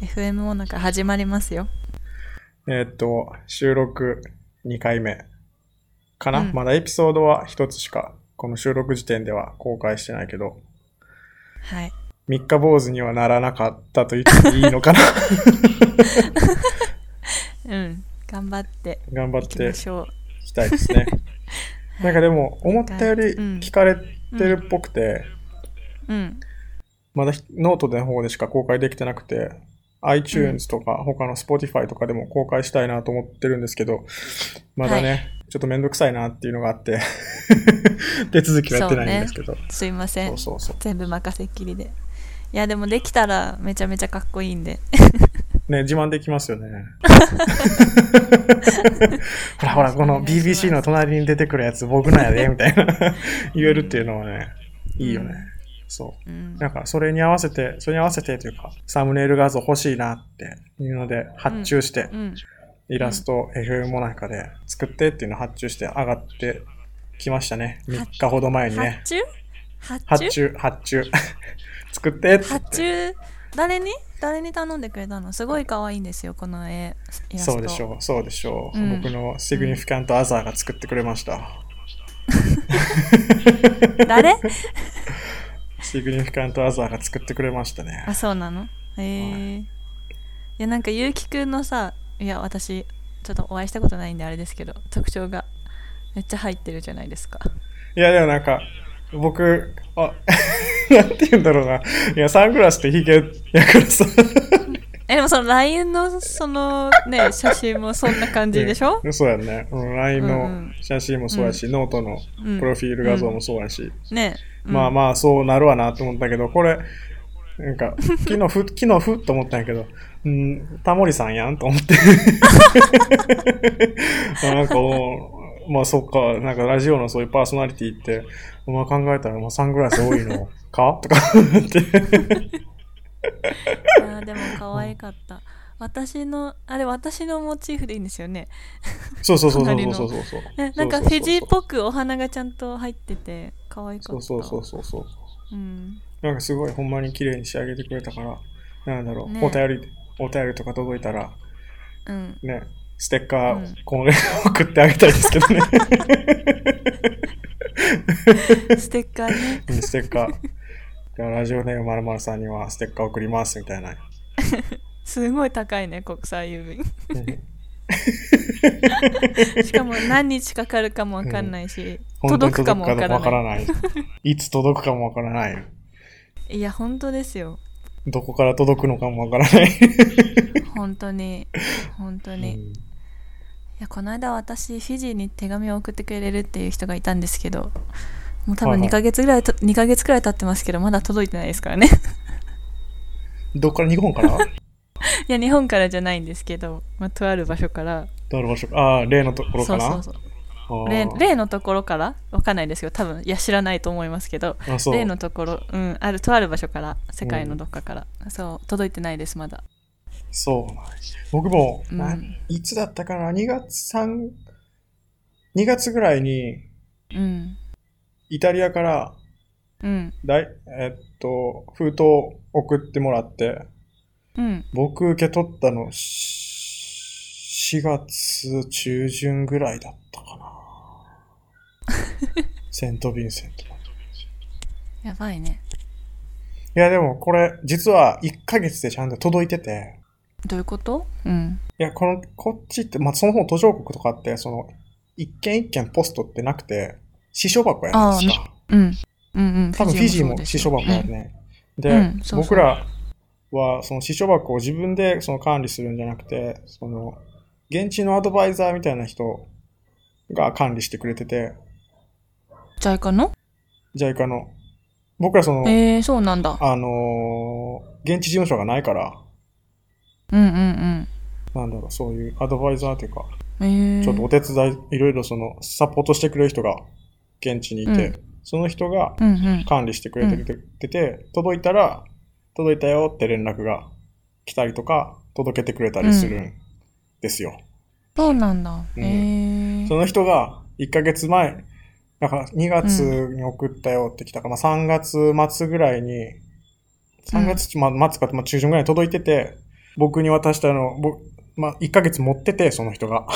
FM もなんか始まりますよ。えーっと、収録2回目かな、うんまだエピソードは1つしか、この収録時点では公開してないけど、はい。三日坊主にはならなかったと言っていい のかなうん。頑張って頑張っいきてまいしょう。きた いですね。なんかでも、思ったよりうん聞かれてるっぽくて、うん。まだひノートの方でしか公開できてなくて、iTunes とか他の Spotify とかでも公開したいなと思ってるんですけど、まだね、はちょっとめんどくさいなっていうのがあって、 手続きはやってないんですけど。すいませそんう。そうそ全部任せっきりで。いや、でもできたらめちゃめちゃかっこいいんで。う。ね、自慢できますよね。 ほらほら、この BBC の隣に出てくるやつ僕なんやで、みたい な言えるっていうのはね、いいよね。うんそう。うん。なんか、それに合わせて、それに合わせてというか、サムネイル画像欲しいなっていうので、発注して、うん。イラスト、FM もなんかで作ってっていうのを発注して上がってきましたね。3日ほど前にね発。注発注発注、発注。 作ってって。発注誰に誰に頼んでくれたのすごい可愛いんですよ、この絵。イラストそうでしょう、そうでしょう。うん僕のシグニフィカントアザーが作ってくれました。誰シグニフィカントアザーが作ってくれましたねあ。そうなのへえいやなんかゆうきくんのさいや私ちょっとお会いしたことないんであれですけど特徴がめっちゃ入ってるじゃないですかいや、でもなんか、僕、あ、 なんて言うんだろうな。いや、サングラスってヒゲやからさ。えでもその LINE のそのね 写真もそんな感じでしょ、うんそうやんね。うん LINE うんうのん写真もそうやし、ノートのうんプロフィール画像もそうやし。ねうんまあまあそうなるわなと思ったけど、これ、な んか、昨日ふ、昨日ふっと思ったんやけど、うん、タモリさんやんと 思って。あなんかもう、まあそっか、なんかラジオのそういうパーソナリティって、まあ考えたら、まあサングラス多いの かとか思って。いやでも可愛かった私のあれ私のモチーフでいいんですよねそうそうそうそう隣のそうそうそう。ねなんかフェジーっぽくお花がちゃんと入ってて可愛かったそうそうそうそうそう。うんなんかすごいほんまに綺麗に仕上げてくれたから、なんだろう、ねお便り、お便りとか届いたら、うんね、ステッカー、うんこれ 送ってあげたいですけどね。ステッカーねステッカー。 じゃあラジオネームまるまるさんにはステッカー送りますみ たいな。すごい高いね国際郵便うんしかも何日かかるかもわかんないし、本当に届くかもわからなわかいらない。いつ届くかもわからない。いや本当ですよどこから届くのかもわからない。本当に本当に、いやこの間私フィジーに手紙を送ってくれるっていう人がいたんですけどもう多はい分はい2ヶ月ぐらいと、2ヶ月くらい経ってますけどまだ届いてないですからね うんどっから日本からいや日本からじゃないんですけど、まあ、とある場所からどの場所かああ、例のところそかうなそうそうあー例例のところからわかんないですけど多分いや知らないと思いますけどあそう例のところ、うん、あるとある場所から世界のどっかから、そう届いてないですまだそうなんです僕も、うんなんいつだったかな ?2 月3、2月ぐらいにうんイタリアからうんだい、えっと、封筒送ってもらって、うん僕受け取ったの、し4月中旬ぐらいだったかな。 セント・ヴィンセント。いやばいねや、でもこれ、実は1ヶ月でちゃんと届いてて、どういうことうんいや、この、こっちって、まあ、その方途上国とかって、その、一軒一軒ポストってなくて、支所箱やないですか。うんうんうん多分フィジーもそうです支よ所箱やね。で、うんそうそう僕らは、その支所箱を自分でその管理するんじゃなくて、その、現地のアドバイザーみたいな人が管理してくれてて、ジャイカの JICA の、僕らその、えー、そうなんだあのー現地事務所がないから、うんうんなんだろう、そういうアドバイザーというか、うんえー、ちょっとお手伝い、いろいろその、サポートしてくれる人が現地にいて、うその人がうんうん管理してくれてて、届いたら、届いたよって連絡が来たりとか、届けてくれたりするんですよ。そうなんだ、うんえー、その人が1ヶ月前、だから2月に送ったよって来たか、まあ3月末ぐらいに、3月、まあ末か、まあ中旬ぐらいに届いてて、僕に渡したの、ぼまあ、1ヶ月持ってて、その人が。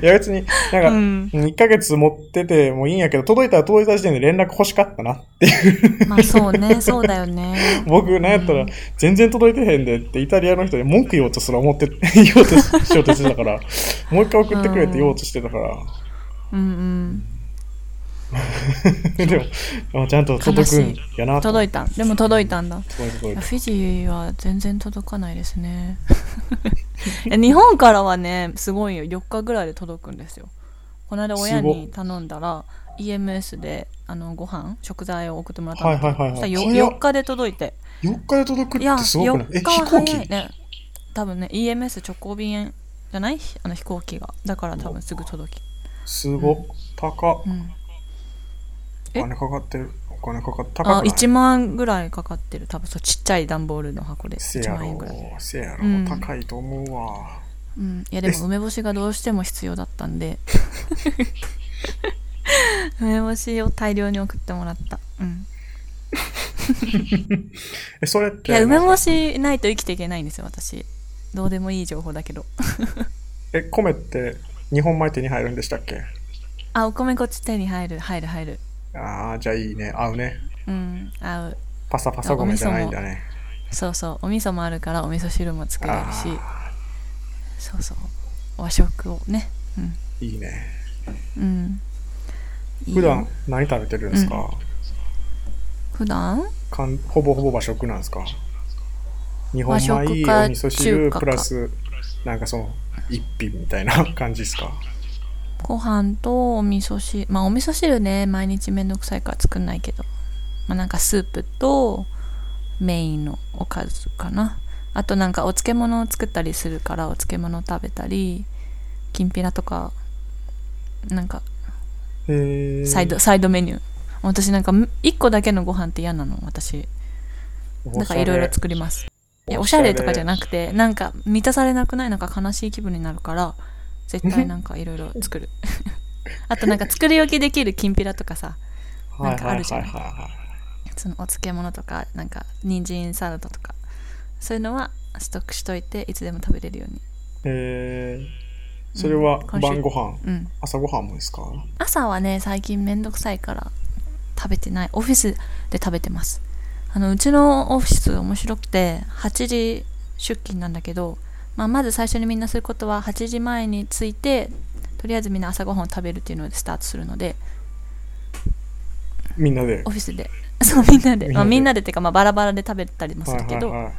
いや、別に、なんか、うん1ヶ月持っててもいいんやけど、届いたら届いた時点で連絡欲しかったなって。まあそうねそうだよね僕、なんやったら、全然届いてへんでって、イタリアの人に文句言おうとすら思って、言おうとししようとして たから、もう一回送ってくれって言おうとしてたから、うん でも、でもちゃんと届くんやうなんと届いたでも届いたんだ届いた届いたフィジーは全然届かないです ねえ日本からはねすごいよ4日ぐらいで届くんですよこの間親に頼んだら EMS であのご飯食材を送ってもらったんだけどはいはいはいはいそしたそれらは 4, 日で届いて4日で届いくやってすごくないえ、 4日飛は行機早いね多分ね EMS 直行便じゃないあの飛行機がだから多分すぐ届き、すごっ。高っう。ん、おえ金かかってる。お金かかって高くないあ1万ぐらいかかってる多分そうちっちゃい段ボールの箱でせや1万円ろぐらい、せやろ、うん高いと思うわ。うん、いやでも梅干しがどうしても必要だったん で梅干しを大量に送ってもらった、うん、え、それって。いや梅干しないと生きていけないんですよ私どうでもいい情報だけどえ、米って日本米手に入るんでしたっけ あお米こっち手に入る入る入るああ、じゃあいいね。合うね。うん合うパサパサ米じゃないんだね。そうそうお味噌もあるからお味噌汁も作れるしあそうそう和食をねーいいね。うんうんいいよ普段何食べてるんですか,、普段かんほぼほぼ和食なんですか日本和米、お食か味噌汁中華かプラス、なんかその、一品みたい な感じですかご飯とお味噌汁まあお味噌汁ね毎日めんどくさいから作んないけどまあなんかスープとメインのおかずかなあとなんかお漬物を作ったりするからお漬物食べたりきんぴらとかなんかへーサイド、サイドメニュー私なんか1個だけのご飯って嫌なの私だからいろいろ作りますいやおしゃれとかじゃい。なくてなんか満たされなくないなんか悲しい気分になるから絶対なんかいろいろ作 るあとなんか作り置きできるきんぴらとかさはいなんかはあいるじはゃいないはそのお漬物とかなんか人参サラダとかそういうのはストックしといていつでも食べれるようにい。へーそれはうん今週晩ご飯、うん朝ご飯もですか朝はね最近めんどくさいから食べてないオフィスで食べてますあのうちのオフィス面白くて8時出勤なんだけど、まあ、まず最初にみんなすることは8時前に着いてとりあえずみんな朝ごはんを食べるっていうのでスタートするのでみんなでオ。フィスで そうみんなでみんなでまあ、みんなでっていうか、まあ、バラバラで食べたりもすはいるけど、はいはい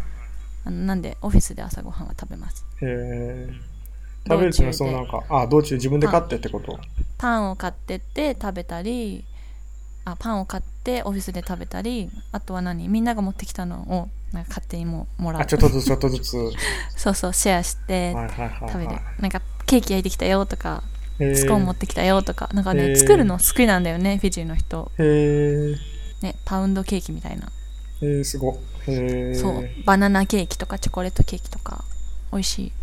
あのなんでオフィスで朝ごはんは食べますへー食べるっていうのはそうなんか、あ、道中自分で買ってってことパンを買ってって食べたりあパンを買ってオフィスで食べたりあとは何みんなが持ってきたのをなんか勝手にももらあ、うちょっとずつちょっとず つ。はそうそうシェアしていはいはい食べる、はなんかケーキ焼いてきたよとかい。へースコーン持ってきたよとかなんかへねー作るの好きなんだよねフィジーの人、へーね、パウンドケーキみたいな、へーすごっ。へーそうバナナケーキとかチョコレートケーキとか美味しい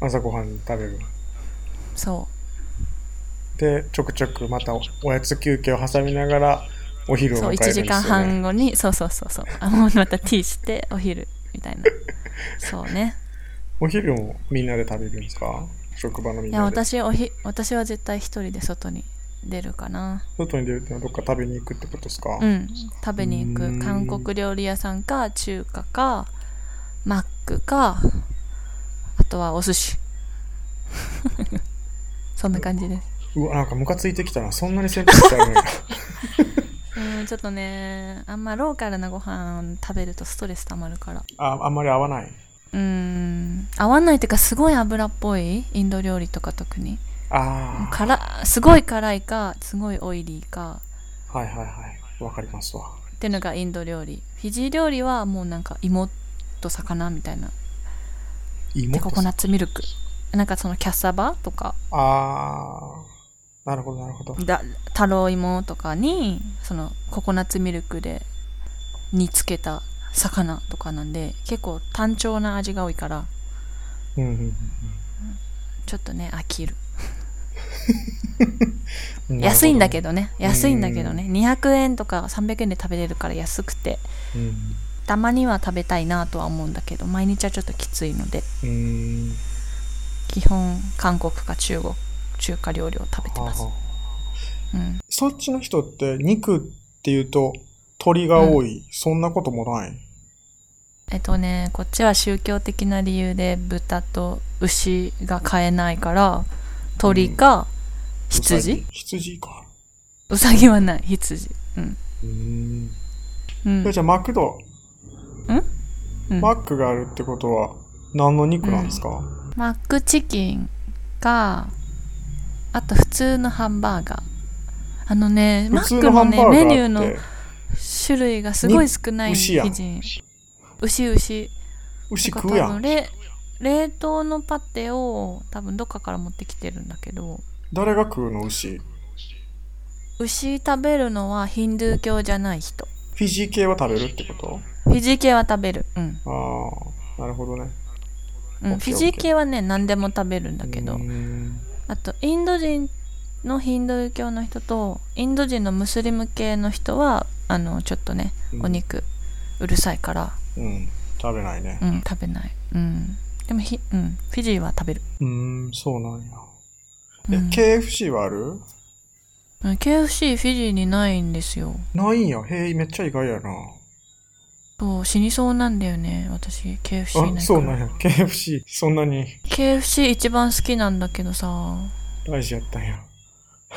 朝ごはん食べる。そで、ちょくちょくまたおおやつ休憩を挟みながら、おう昼をそう迎えるんで1すよ、時ね。間半後にそうそうそうそうあもうまたティーしてお昼み たいなそうねお昼もみんなで食べるんですか職場のみいんやなで。私おひ私は絶対一人で外に出るかな外に出るってのはどっか食べに行くってことですか、うん食べに行うーんく韓国料理屋さんか中華かマックかあとはお寿司 そんな感じですうわ、なんかムカついてきたな。そんなに選択肢あるんや。 うんちょっとねあんまローカルなご飯食べるとストレスたまるからあ、あんまり合わない。うん合わないっていうかすごい油っぽいインド料理とか特にあ辛すごい辛いかすごいオイリーかあ、はいはいはい。わかりますわ。っていうのがインド料理フィジー料理はもうなんか芋と魚みたいな芋でとココナッツミルクなんかそのキャッサバとかああ、なるほどなるほど。だ太郎芋とかにそのココナッツミルクで煮つけた魚とかなんで結構単調な味が多いからうんうんちょっとね飽きるうん、安いんだけど。どね安いんだけどね200円とか300円で食べれるから安くてうんたまには食べたいなとは思うんだけど毎日はちょっときついのでうーん。基本韓国か中国中華料理を食べてはあます、はあうん、そっちの人って肉っていうと鳥が多い。そんなこともない。えっとねこっちは宗教的な理由で豚と牛が買えないから鳥かうさ羊ぎ羊か。うさぎはない羊うん、うーん。うんじゃあマクド、うんマックがあるってことは何の肉なんですか、マックチキンかあと普通のハンバーガーあのねマ普通ックのハのンバねーガーメっニてューの種類がすごい少ない牛やん基人牛牛牛てか食うや多分ん。れ冷凍のパテを多分どっかから持ってきてるんだけど誰が食うの牛。フ牛食べるのはヒンドゥー教じゃない人ィジー系は食べるってこフィジー系は食べるうん、とああ、なるほどね。うん、 OK フィジー系はね何でも食べるんだけうどーんあとインド人のヒンドゥー教の人とインド人のムスリム系の人はあのちょっとねうんお肉うるさいから、うん。食べないね。うん、食べない、うん、でもひ、うん、フィジーは食べる、うーん、そうなんや。え、うん KFC はあるうん KFC フィジーにないんですよないんや。へえ、めっちゃ意外やな。そう死にそうなんだよね私 KFC ないかあ、らそうなんや。KFC、そんなに KFC 一番好きなんだけどさ大事やったんや。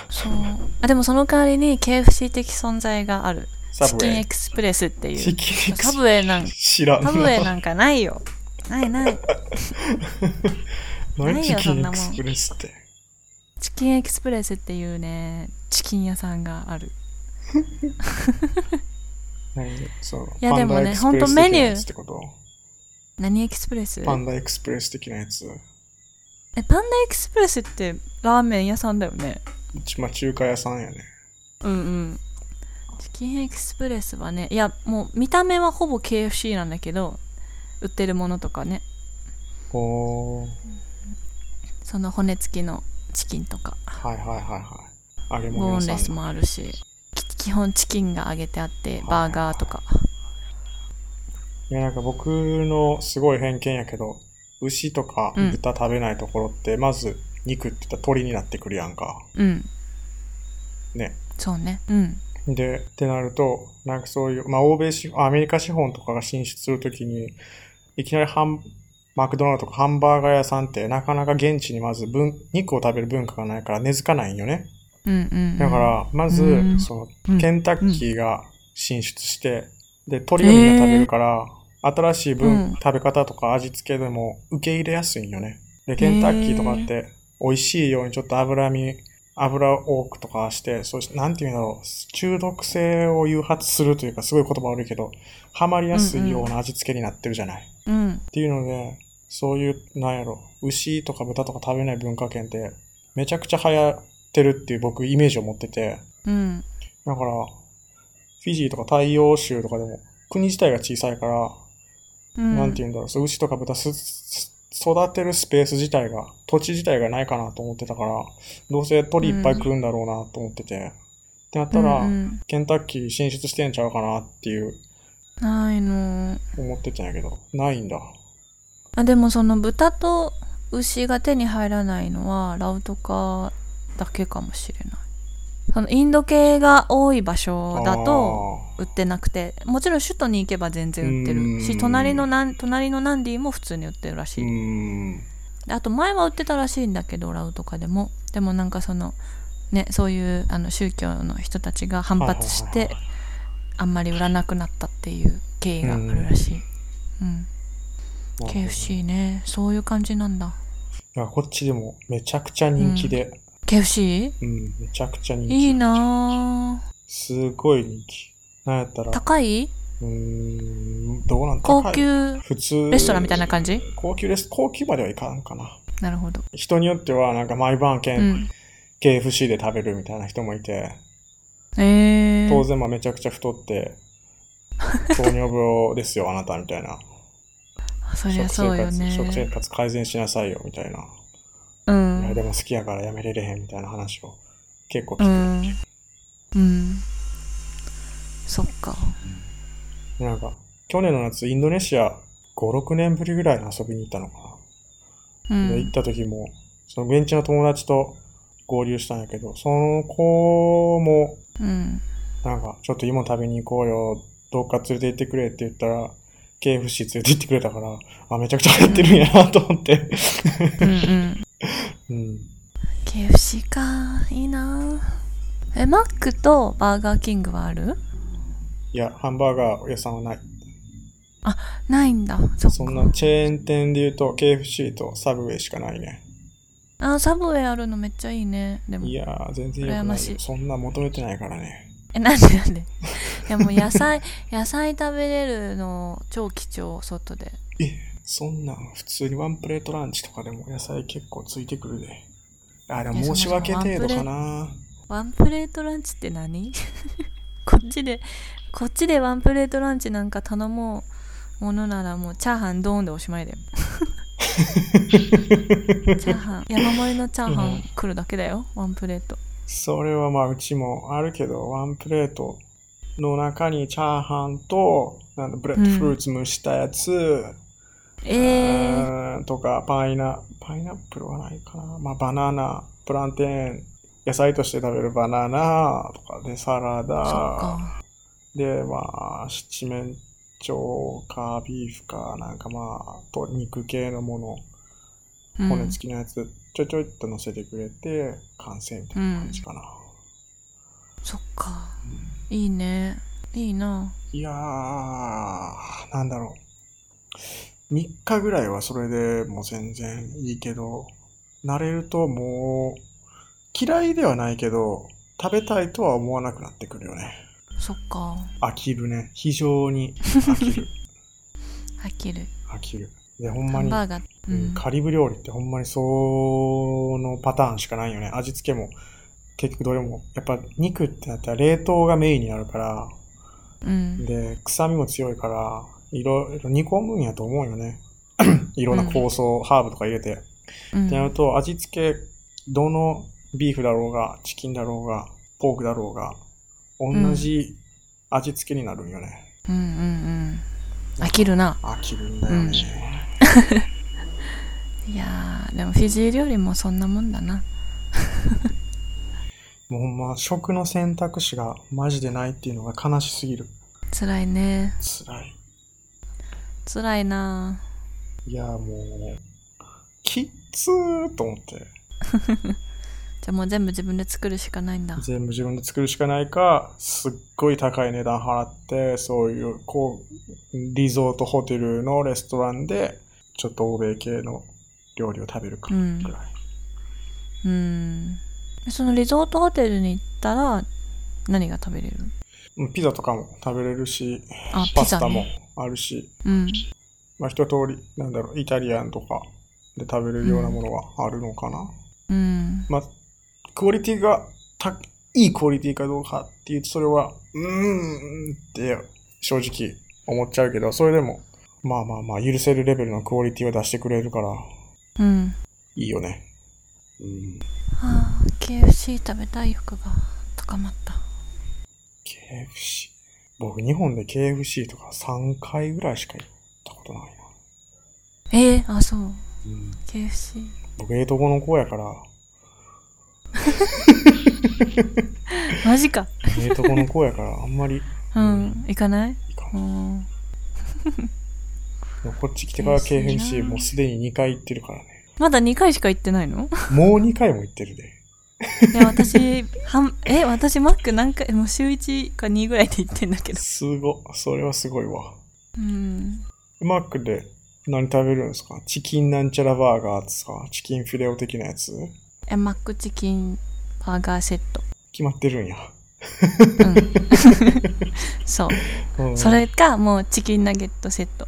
そうあでもその代わりに KFC 的存在があるサチブキウンェエイ。クスプレスっていチうキンエクサスブウェイ なん知らんサブウェイな。なんかないよないないない何よチキそんンエなもんクスプレスって。チキンエクスプレスっていうねチキン屋さんがある何そういやパンダでもねエクスほプレスんとメニュー的なやつってこと何エクスプレスえパパンンダエクスプレス的なやつ。ダエクスプレスってラーメン屋さんだよねうちまあ中華屋さんやね。うんうんチキンエクスプレスはねいやもう見た目はほぼ KFC なんだけど売ってるものとかねおー。その骨付きのチキンとかはいはいはいはい。揚げボー物ン屋レさスん。もあるしき基本チキンが揚げてあってはいバーガーとかいやなんか僕のすごい偏見やけど、牛とかうん豚食べないところって、まず肉って言ったら鳥になってくるやんか。うんね。そうねうんで、ってなると、なんかそういう、まあ欧米資アメリカ資本とかが進出するときに、いきなりハン、マクドナルドとかハンバーガー屋さんってなかなか現地にまず分肉を食べる文化がないから根付かないんよね。うんうんうんだから、まず、うんその、うんケンタッキーが進出して、で、鳥をみんな食べるから、新しい分、うん食べ方とか味付けでも受け入れやすいんよね。で、ケンタッキーとかって、美味しいようにちょっと脂身、油多くとかして、そうし、なんていうんだろう、中毒性を誘発するというか、すごい言葉悪いけど、ハマりやすいような味付けになってるじゃない。うんっていうので、そういう、なんやろ、牛とか豚とか食べない文化圏って、めちゃくちゃ流行ってるっていう僕イメージを持ってて、うんだから、フィジーとか太陽州とかでも、国自体が小さいから、うんなんて言うんだろう、そう牛とか豚すす育てるスペース自体が、土地自体がないかなと思ってたから、どうせ鳥いっぱい食うんだろうなと思ってて、ってなったら、うんケンタッキー進出してんちゃうかなっていうう、んないの思ってたんやけど、ないんだ。あでもその豚と牛が手に入らないのはラウトカだけかもしれないそのインド系が多い場所だと売ってなくてもちろん首都に行けば全然売ってるうしん隣のなん隣のナンディも普通に売ってるらあー、しうい、ーん。であと前は売ってたらしいんだけどラウとかでもでもなんかそのねそういうあの宗教の人たちが反発しはいてあんまり売らなくなったっていう経緯があるらしい、うん、なるほど KFC ねそういう感じなんだいや、こっちでもめちゃくちゃ人気で、 KFC? うん、めちゃくちゃ人気。いいなぁすごい人気。なんやったら、高いうーん、どうなん高高い級普通、レストランみたいな感じ高級レス、高級まではいかんかな。なるほど人によっては、なんか毎晩う券、ん KFC で食べるみたいな人もいて、え当ー、然まあめちゃくちゃ 太って、糖尿病ですよ、あなたみたいな。 そりゃそうよね食生活改善しなさいよ、みたいな。ういや、んでも好きやからやめれれへんみたいな話を結構聞く。うんうんそっかなんか、去年の夏、インドネシア5、6年ぶりぐらいに遊びに行ったのかな。うで行っん。た時も、その現地の友達と合流したんやけど、その子も、うん。なんか、ちょっと芋食べに行こうよ、どっか連れて行ってくれって言ったら、KFC 連れて行ってくれたから、あ、めちゃくちゃ入ってるんやなと思って。うんうん。うん。 KFC か。いいな。え、マックとバーガーキングはあるいや、ハンバーガー屋さんはない。ないんだ。そっか。そんなチェーン店で言うと、KFC とサブウェイしかないね。あ、サブウェイあるのめっちゃいいね。でもい。やー、全然良く羨なまいしよ。いそんな求めてないからね。え、なんでなんで いやもう野菜、 野菜食べれるの超貴重、外で。そんなん、普通にワンプレートランチとかでも野菜結構ついてくるで。あ、でもえ申し訳程度かな。ワンプレートランチって何 こっちでこっちでワンプレートランチなんか頼もうものならもうチャーハンドーンでおしまい だよチャーハン山盛りのチャーハン来るだけだよワンプレートそれはまあうちもあるけど、ワンプレートの中にチャーハンと、なんだ、ブレッドフルーツ蒸したやつ、えー、うーんとか、パイナ、パイナップルはないかな。まあバナナ、プランテン、野菜として食べるバナナとかでサラそっダ、かで、まあ、七面鳥かビーフか、なんかまあ、と肉系のもの、うん骨付きのやつ、ちょいちょいっと乗せてくれて、完成みたいな感じかな。そっかいいねいいないやー、なんだろう。3日ぐらいはそれでもう全然いいけど、慣れるともう、嫌いではないけど、食べたいとは思わなくなってくるよね。そっか飽きるね。非常に飽き る。飽きる飽きる。で、ほんハまンに、バーガーうんカリブ料理ってほんまにそのパターンしかないよね。味付けも、結局どれも。やっぱ肉ってなったら冷凍がメインになるから、うんで、臭みも強いから、いろいろ煮込むんやと思うよ ね。いろんな香草、ハーブとか入れて。うんってなると、味付け、どのビーフだろうが、チキンだろうが、ポークだろうが、同じ味付けになるんよね。うんうんうん飽きるな飽きるんだよね。いやーでもフィジー料理もそんなもんだなもうほんま、食の選択肢がマジでないっていうのが悲しすぎる。辛いね辛い。辛いないや、もう、きっつーと思って。じゃあもう全部自分で作るしかないんだ全部自分で作るしかないか、すっごい高い値段払って、そういう、こう、リゾートホテルのレストランで、ちょっと欧米系の料理を食べるか、うぐんらい。うんそのリゾートホテルに行ったら何が食べれるうんピザとかも食べれるし、あパピスザタもねあるし、うんまあ一通り、なんだろう、イタリアンとかで食べれるようなものがあるのかな。うんまあ、クオリティがた、いいクオリティかどうかっていうと、それは、うーんって正直思っちゃうけど、それでも、まあまあまあ、許せるレベルのクオリティを出してくれるから、うんいいよね。うん。あー KFC 食べたい欲が高まった KFC。僕、日本で KFC とか3回ぐらいしか行ったことないな。えー、あそううん。 KFC 僕、英語の子やから、マジか英語の子やから、あんまりうん行かない行かんう。んでもこっち来てから KFC なもうすでに2回行ってるからね。まだ2回しか行ってないのもう2回も行ってるで。いや 私はんえ私マック何回もう週1か2ぐらいで行ってんだけどすご。それはすごいわ。うんマックで何食べるんですかチキンなんちゃらバーガーですかチキンフィレオ的なやつえマックチキンバーガーセット、決まってるんや。うん、そううんそれかもうチキンナゲットセット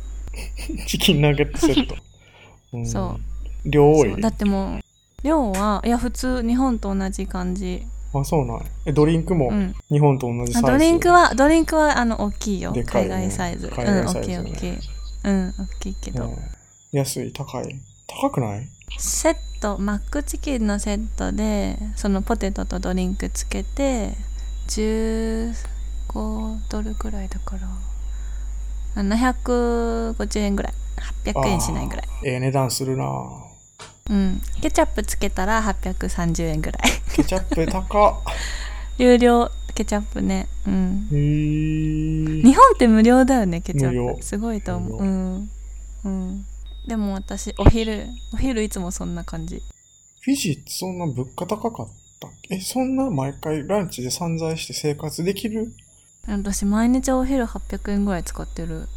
チキンナゲット セット。んそ量多いそうだってもう量はいや普通日本と同じ感じあ、そうなんやえ、ドリンクもうん日本と同じサあイズ、ドリンクはドリンクはあの大きいよでかい海ね外サイズ海外サイズうんね大きい大きいうん大きいけど、うん安い、高い。高くないセットマックチキンのセットでそのポテトとドリンクつけて15ドルくらいだから750円ぐらい800円しないぐらいええ値段するなぁうんケチャップつけたら830円ぐらい ケチャップ高っ有料ケチャップねうんへー日本って無料だよねケチャ無ッ料プすごいと思う無う料ん、うん、でも私お昼お昼いつもそんな感じフィジーってそんな物価高かったっけえ、そんな毎回ランチで散財して生活できる私毎日お昼800円ぐらい使ってる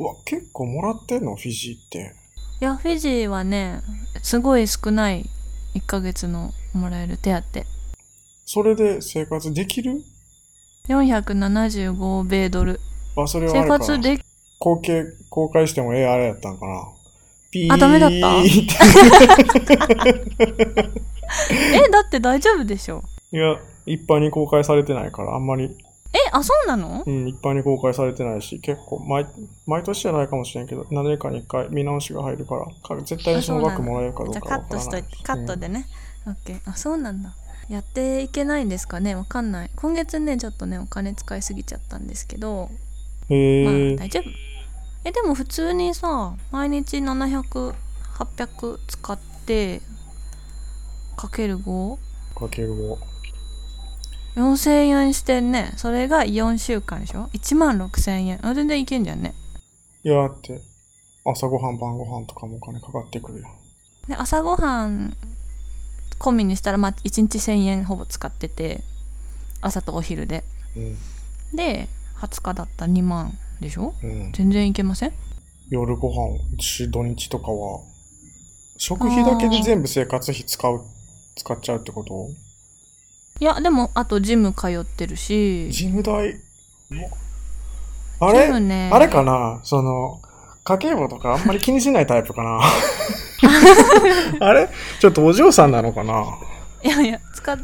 うわ、結構もらってんのフィジーって。いやフィジーはねすごい少ない1ヶ月のもらえる手当それで生活できる475米ドルあ、それはあ生れかな活でき公開、公開してもええあれやったんかなピーあダメだ ったてえだって大丈夫でしょいや、一般に公開されてないから、あんまり、えあそうなのうん、一般に公開されてないし、結構、毎、毎年じゃないかもしれんけど、何年かに一回見直しが入るから、か絶対にその額もらえるかどうじゃかあカわッかトらしとないいて。カットでね、オッケーあそうなんだやっていけないんですかねわかんない今月ねちょっとねお金使いすぎちゃったんですけどまあうん。へえ、大丈夫えでも普通にさ毎日700800使ってかける 5? かける5。 4000円してねそれが4週間でしょ1万6000円あ全然いけんじゃんねいや、だって、朝ごはん、晩ごはんとかもお金かかってくるよ。で朝ごはん込みにしたら、まあ、1日1000円ほぼ使ってて朝とお昼でうん。で20日だったら2万でしょうん。全然いけません夜ご飯、し土日とかは、食費だけで全部生活費使う、使っちゃうってこといやでもあとジム通ってるしジジム代。あれ、ムねあれかなその、家計簿とかあんまり気にしないタイプかな あれちょっとお嬢さんなのかないやいや使っ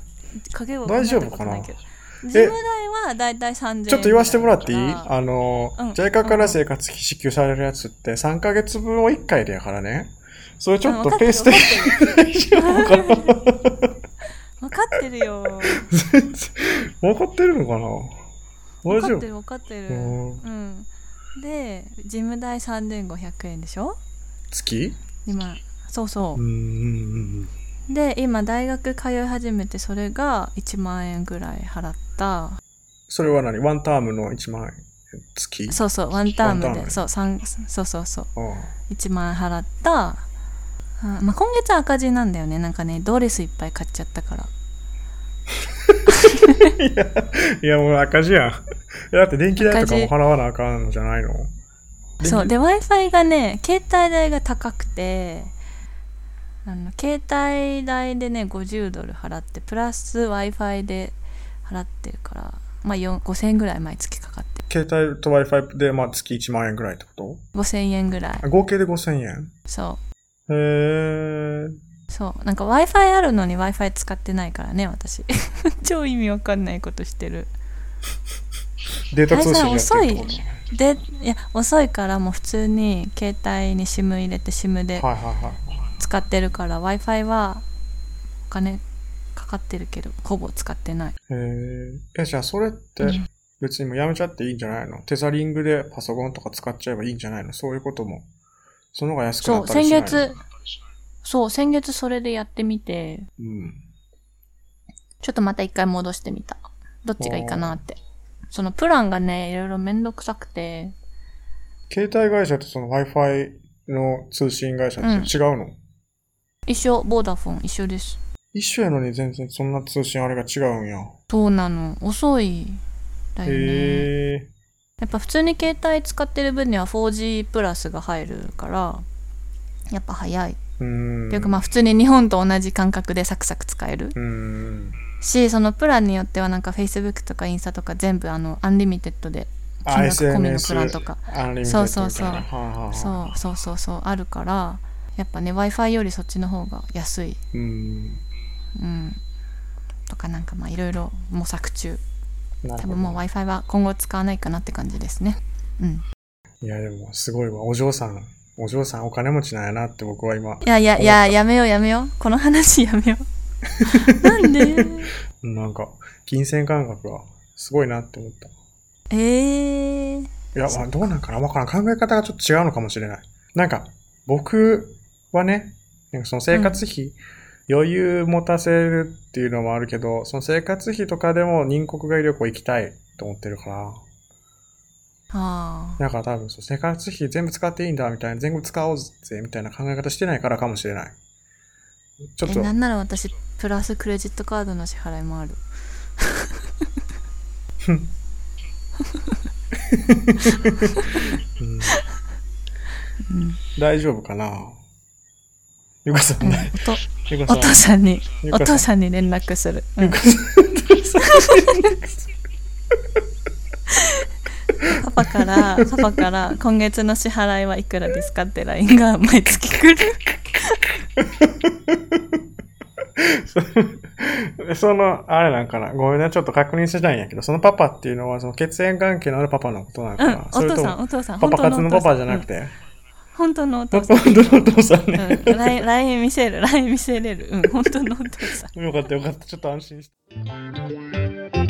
かけば大丈夫かな考えたこといけどジム代はだいたい3000円ちょっと言わせてもらっていいぐらだからあの、うん JICA から生活費支給されるやつって3ヶ月分を1回でやからね。それちょっとペース的に大丈夫かな分かってるよ分 全然分かってるのかなかっ大丈て夫る分かってるうんうんでジム代3500円でしょ月今そうそうう、んうんで今大学通い始めてそれが1万円ぐらい払ったそれは何ワンタームの1万円月そうそうワンターワンムターでムそう三そうそうそうああ1万円払ったあまあ、今月は赤字なんだよねなんかねドレスいっぱい買っちゃったからいやもう赤字やん。 えだって電気代とかも払わなあかんのじゃないのそうで w i f i がね携帯代が高くてあの携帯代でね50ドル払ってプラス w i f i で払ってるから、まあ、4 5000円ぐらい毎月かかって携帯と Wi-Fi で、まあ、月1万円ぐらいってこ5000円ぐらいとあ合計で5000円そへー。うそうなんか w i f i あるのに w i f i 使ってないからね私 超意味わかんないことしてるデータ通信やってるってことあれさでいや遅いからもう普通に携帯に SIM 入れて SIM ではいはいはい。使ってるから w i f i はお金かかってるけどほぼ使ってないへー。え、じゃあそれって別にもうやめちゃっていいんじゃないのテザリングでパソコンとか使っちゃえばいいんじゃないのそういうことも。その方が安くなそっうたり先しないの月。そう先月それでやってみてうん。ちょっとまた一回戻してみたどっちがいいかなってそのプランがねいろいろめんどくさくて携帯会社とその Wi-Fi の通信会社って違うの、一緒ボーダフォン一緒です一緒やのに全然そんな通信あれが違うんや。そうなの遅いだよねへえ。やっぱ普通に携帯使ってる分には 4G プラスが入るからやっぱ早い、うーん。というかまあ普通に日本と同じ感覚でサクサク使えるうーん。しそのプランによってはなんか Facebook とかインスタとか全部あのアンリミテッドであ、金額込みの SNS プランとかアンリミテッドみたいな。そうそうそうはあはあはあそうそうそうそうあるからやっぱね w i f i よりそっちの方が安い、うん。うん、とかなんかまあいろいろ模索中多なるほど分もう w i f i は今後使わないかなって感じですねうんいや、でも、すごいわ。お嬢さん、お嬢さんお金持ちなんやなって僕は今、いやいやいややめようやめようこの話やめよう なんでなんか、金銭感覚がすごいなって思った。えー、いや、まあ、どうなんかなわからん。考え方がちょっと違うのかもしれない。なんか、僕はね、なんかその生活費、余裕持たせるっていうのもあるけど、その生活費とかでも人国外旅行行きたいと思ってるから、ああだから多分そう、生活費全部使っていいんだみたいな、全部使おうぜみたいな考え方してないからかもしれない。ちょっえと、なんなら私プラスクレジットカードの支払いもあるうんうん大丈夫かなゆかさん、うんね、ゆおかとおさ父さんにん、ゆおか父ささんに連絡する、うんん、ゆかさパパからパパから今月の支払いはいくらですかって LINE が毎月来るん、 その、あれなんかな、ごめんね、ちょっと確認してないんやけど、そのパパっていうのは、その血縁関係のあるパパのことなのうかんな、おそれ父とさんも、お父さんパパ活のパパじゃなくて、て、本当のおパ父さんパ本当のお父さんね。うん、LINE LINE 見せる LINE 見せれるうん本当のお父さんよかったよかった、ちょっと安心して。